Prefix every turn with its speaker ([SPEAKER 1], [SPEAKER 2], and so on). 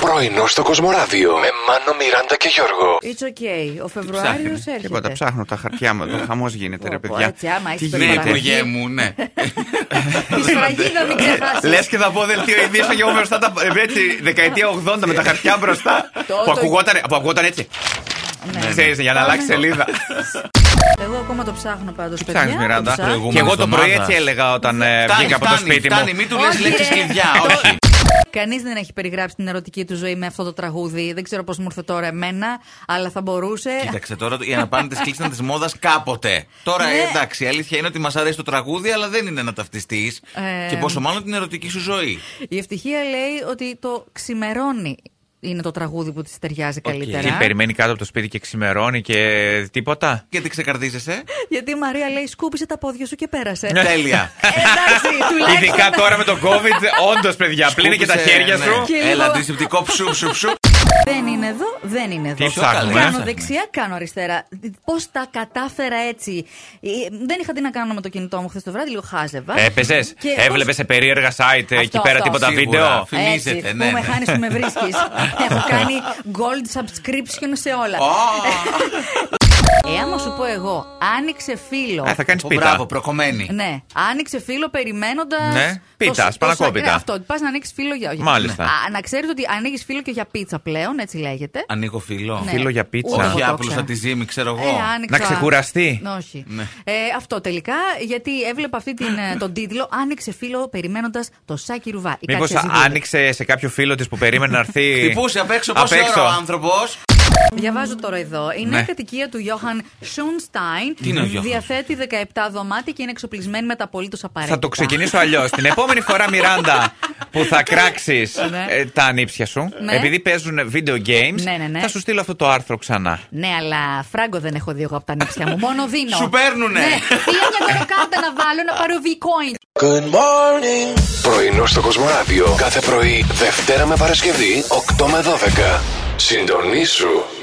[SPEAKER 1] Πρωινό στο Κοσμοράδιο με Μάνο, Μιράντα και Γιώργο.
[SPEAKER 2] It's okay. Ο Φεβρουάριος
[SPEAKER 3] Ψάχνει.
[SPEAKER 2] έρχεται.
[SPEAKER 3] Τίποτα, ψάχνω τα χαρτιά μου εδώ. Χαμός γίνεται, ρε
[SPEAKER 2] Πω, πω,
[SPEAKER 3] παιδιά.
[SPEAKER 2] έτσι, άμα έχεις
[SPEAKER 3] Τι
[SPEAKER 2] περιβάλλον.
[SPEAKER 3] γίνεται.
[SPEAKER 2] υπουργέ
[SPEAKER 4] μου, ναι.
[SPEAKER 2] Τη σφραγίδα μην ξεχάσεις.
[SPEAKER 3] Λες και θα πω δελτίο ειδήσεων και εγώ μπροστά τα. Βρε, τη δεκαετία 80 με τα χαρτιά μπροστά.
[SPEAKER 2] Το-
[SPEAKER 3] που,
[SPEAKER 2] το-
[SPEAKER 3] ακουγόταν, που ακουγόταν έτσι. Ξέρεις, για να αλλάξει σελίδα.
[SPEAKER 2] Ναι. Εγώ ακόμα το ψάχνω πάντως. Τι
[SPEAKER 3] Ψάχνεις, Μιράντα.
[SPEAKER 4] Προηγούμενη
[SPEAKER 3] Και εγώ το πρωί
[SPEAKER 4] εβδομάδα.
[SPEAKER 3] έτσι έλεγα όταν ε, βγήκα από το σπίτι μου. ε.
[SPEAKER 4] Φτάνει, μην του λες λέξεις κλειδιά, όχι.
[SPEAKER 2] Κανείς δεν έχει περιγράψει την ερωτική του ζωή με αυτό το τραγούδι. Δεν ξέρω πώς μου ήρθε τώρα εμένα, αλλά θα μπορούσε.
[SPEAKER 4] Κοίταξε τώρα, οι αναπάντητε κλείσαν της μόδας κάποτε. Τώρα
[SPEAKER 2] Ναι.
[SPEAKER 4] ε, εντάξει, η αλήθεια είναι ότι μας αρέσει το τραγούδι, αλλά δεν είναι να ταυτιστείς.
[SPEAKER 2] Ε,
[SPEAKER 4] Και πόσο μάλλον την ερωτική σου ζωή.
[SPEAKER 2] Η ευτυχία λέει ότι το ξημερώνει είναι το τραγούδι που της ταιριάζει καλύτερα.
[SPEAKER 3] Τι περιμένει κάτω από το σπίτι και ξημερώνει και τίποτα.
[SPEAKER 4] Γιατί ξεκαρδίζεσαι.
[SPEAKER 2] Γιατί η Μαρία λέει σκούπισε τα πόδια σου και πέρασε.
[SPEAKER 3] Ναι.
[SPEAKER 4] Τέλεια.
[SPEAKER 2] Εντάξει, τουλάχιστον.
[SPEAKER 3] Ειδικά τώρα με τον COVID, όντως παιδιά, πλύνε και τα
[SPEAKER 4] Σκούπισε,
[SPEAKER 3] χέρια
[SPEAKER 4] ναι.
[SPEAKER 3] σου.
[SPEAKER 2] Και λίγο-
[SPEAKER 4] Έλα, αντισηπτικό ψου ψου ψου.
[SPEAKER 2] Δεν είναι εδώ, δεν είναι εδώ.
[SPEAKER 3] Τι ψάχνουμε,
[SPEAKER 2] Κάνω
[SPEAKER 3] ε?
[SPEAKER 2] δεξιά, κάνω αριστερά. Πώς τα κατάφερα έτσι. Ε, Δεν είχα τι να κάνω με το κινητό μου χθες το βράδυ, λίγο χάζευα.
[SPEAKER 3] Έπαιζες,
[SPEAKER 2] Και
[SPEAKER 3] έβλεπε
[SPEAKER 2] πώς-
[SPEAKER 3] σε περίεργα site ε, εκεί
[SPEAKER 2] Αυτό,
[SPEAKER 3] πέρα
[SPEAKER 2] αυτό.
[SPEAKER 3] τίποτα
[SPEAKER 4] Σίγουρα.
[SPEAKER 3] βίντεο.
[SPEAKER 4] Φημίζεται,
[SPEAKER 2] Έτσι,
[SPEAKER 4] ναι,
[SPEAKER 2] Που με
[SPEAKER 4] ναι.
[SPEAKER 2] χάνεις, που με βρίσκεις. Έχω κάνει gold subscription σε όλα. Εάν σου πω εγώ, άνοιξε φίλο.
[SPEAKER 3] Α, θα κάνεις
[SPEAKER 4] Ω,
[SPEAKER 3] πίτα.
[SPEAKER 4] Μπράβο, προκομμένη.
[SPEAKER 2] Ναι, άνοιξε φίλο περιμένοντας.
[SPEAKER 3] Ναι, πίτσα, σπανακόπιτα.
[SPEAKER 2] αυτό, πας να ανοίξεις φίλο για. για-
[SPEAKER 3] Μάλιστα.
[SPEAKER 2] Α, να ξέρετε ότι ανοίγεις φίλο και για πίτσα πλέον, έτσι λέγεται.
[SPEAKER 4] Ανοίγω φιλό.
[SPEAKER 2] Ναι.
[SPEAKER 3] Φίλο για πίτσα.
[SPEAKER 2] Ούτε εγώ το ήξερα.
[SPEAKER 4] Όχι άπλο θα τη ζύμη, ξέρω
[SPEAKER 2] Ε,
[SPEAKER 4] εγώ.
[SPEAKER 2] άνοιξα-
[SPEAKER 3] Να ξεκουραστεί.
[SPEAKER 2] Ναι, Όχι. Ε, αυτό τελικά, γιατί έβλεπα αυτή την, ε, τον τίτλο Άνοιξε φίλο περιμένοντας το Σάκι Ρουβά. Η
[SPEAKER 3] Μήπως
[SPEAKER 2] Κάτια Ζυγούλη.
[SPEAKER 3] άνοιξε σε κάποιο φίλο της που περίμενε να έρθει.
[SPEAKER 4] Χτυπούσε απ' έξω πόση ώρα ο άνθρωπος.
[SPEAKER 2] Διαβάζω τώρα εδώ. Η νέα κατοικία του Γιώχαν Σόνστάιν
[SPEAKER 4] Τι είναι ο Johann?
[SPEAKER 2] διαθέτει 17 δωμάτια και είναι εξοπλισμένη με τα απολύτως απαραίτητα.
[SPEAKER 3] Θα το ξεκινήσω αλλιώς. Την επόμενη φορά, Μιράντα, που θα κράξεις
[SPEAKER 2] Ναι.
[SPEAKER 3] τα ανήψια σου,
[SPEAKER 2] Ναι.
[SPEAKER 3] επειδή παίζουν video games,
[SPEAKER 2] Ναι, ναι, ναι.
[SPEAKER 3] θα σου στείλω αυτό το άρθρο ξανά.
[SPEAKER 2] Ναι, αλλά φράγκο δεν έχω δει εγώ από τα νύψια μου. Μόνο δίνω.
[SPEAKER 4] Σου παίρνουνε.
[SPEAKER 2] Ναι. Ή μια κάρτα να βάλω να πάρω bitcoin.
[SPEAKER 1] Πρωινό στο Κοσμοράδιο κάθε πρωί, Δευτέρα με Παρασκευή, 8 με 12. Συντονίσου